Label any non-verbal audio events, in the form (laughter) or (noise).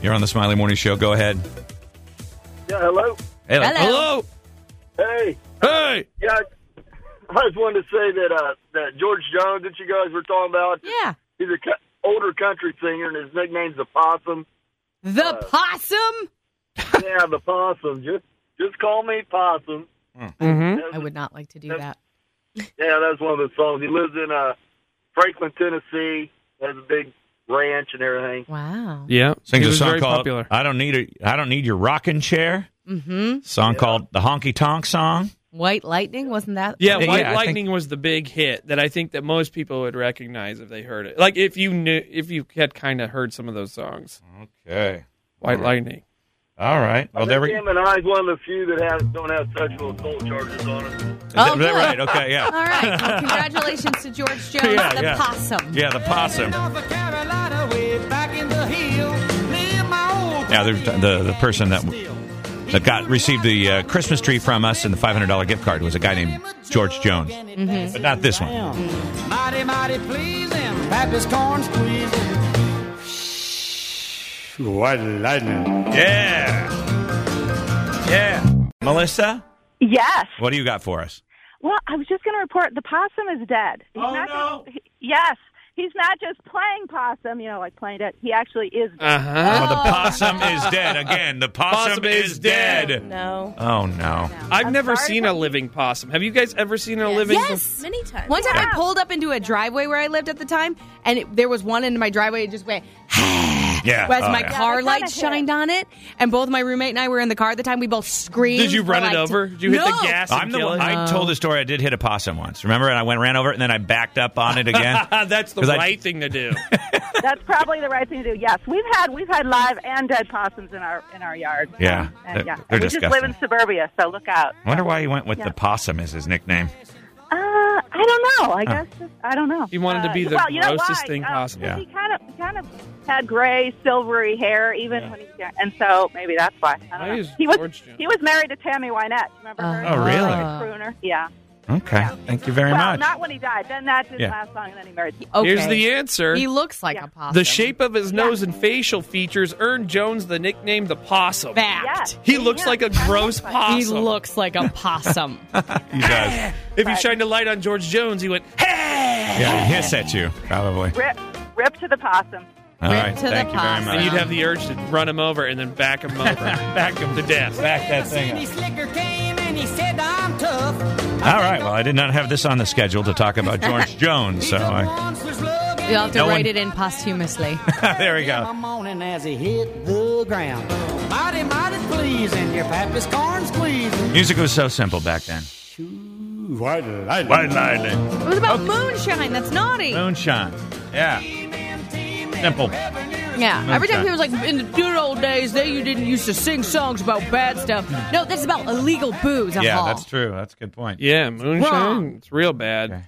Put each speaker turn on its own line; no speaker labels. You're on the Smiley Morning Show. Go ahead.
Yeah, hello.
Hello.
Hello.
Hey.
Hey.
Yeah, I just wanted to say that uh, that George Jones that you guys were talking about.
Yeah.
He's a co- older country singer, and his nickname's the Possum.
The possum?
yeah, the Possum. Just just call me Possum.
Mm-hmm.
I would not like to do that.
Yeah, that's one of the songs. He lives in uh, Franklin, Tennessee. Has a big ranch and everything.
Wow.
Yeah.
Sings
he
a
was
song
very
called
popular.
"I Don't Need a, I Don't Need Your Rocking Chair."
Mm-hmm.
Song called "The Honky Tonk Song."
White lightning, wasn't that?
Yeah,
Yeah,
White
I think-
Lightning was the big hit that I think that most people would recognize if they heard it. Like if you knew, if you had kind of heard some of those songs,
Okay.
White Lightning.
All right. Well, there we
Him
go.
and I is one of the few that have, don't have sexual assault charges on him.
(laughs)
Oh,
Is that
good.
right? Okay. Yeah.
All right.
(laughs)
Well, congratulations to George Jones,
(laughs) Yeah,
the
yeah.
possum.
Yeah, the possum. Yeah,
Yeah,
the, the the person that that got received the uh, Christmas tree from us and the five hundred dollar gift card was a guy named George Jones, but not this one.
Mighty, mighty pleasing, Pappy's corn squeezing.
White lightning.
Yeah, yeah. Melissa,
Yes.
what do you got for us?
Well, I was just going to report the possum is dead. He's
Oh,
not
no.
Just, he- yes. He's not just playing possum, you know, like playing it. He
(laughs)
actually is.
Uh huh.
Oh, the possum is dead again. The possum,
Possum
is
is
dead.
dead.
No.
Oh no.
I've
I'm
never
sorry
seen
for
a living possum. Have you guys ever seen a living?
Yes.
Many times.
One time I
Yeah.
pulled up into a driveway where I lived at the time, and it, there was one in my driveway. It just went
Yeah.
as
oh,
my
yeah.
car
it's not a
lights
hit.
shined on it, and both my roommate and I were in the car at the time. We both screamed.
Did you
for
run
like
it
t-
over? Did you hit the
No.
gas? And
I'm the
kill
one. (laughs)
it?
I told the story. I did hit a possum once. Remember? And I went ran over it, and then I backed up on it (laughs) again.
(laughs) That's the
'Cause I-
right thing
(laughs)
to do.
That's probably the right thing to do. Yes, we've had we've had live and dead possums in our in our yard.
Yeah,
And,
they're-
yeah.
they're
we just live
disgusting.
in suburbia, so look out.
I wonder why he went with
Yeah.
the possum as his nickname.
Uh, I don't know. I guess just, I don't know.
He wanted to
Uh,
be the
well, you know
grossest
why?
thing
Uh,
possible.
He kind of kind of had gray, silvery hair, even when he was young, and so maybe that's why. I don't
Why
know.
is
He was
George Jones-
he was married to Tammy Wynette. Remember her?
Oh, really?
Crooner. Yeah.
Okay. Thank you very
well,
much.
not when he died. Then that's his
Yeah.
last song, and then he married.
Okay.
Here's the answer.
He looks like
Yeah.
a possum.
The shape of his nose and facial features earned Jones the nickname the Possum.
Fact.
He looks like a gross possum.
He looks like a
(laughs)
possum.
he does.
(laughs)
If you shined a light on George Jones, he went, hey!
Yeah, he hiss at you probably.
Rip, rip to the possum.
All
Rip
right.
to the
Thank you very
possum.
much.
And you'd have the urge to run him over and then back him (laughs) over. back him to death.
back that thing
Sandy Slicker came and he said, I'm tough.
All right. Well, I did not have this on the schedule to talk about
(laughs)
George Jones, so I, (laughs)
You'll have to
No one-
write it in posthumously.
(laughs) there we go.
morning as he hit the ground. Mighty, mighty pleasing, your pappy's corn squeezing.
Music was so simple back then.
White lightning.
lightning,
It was about moonshine. That's naughty.
moonshine. Yeah, simple.
Yeah. Every
Moonshine.
time he was like, in the good old days, they you didn't used to sing songs about bad stuff. No, this is about illegal booze.
Yeah,
Paul.
that's true. That's a good point.
Yeah, moonshine.
Wrong.
It's real bad.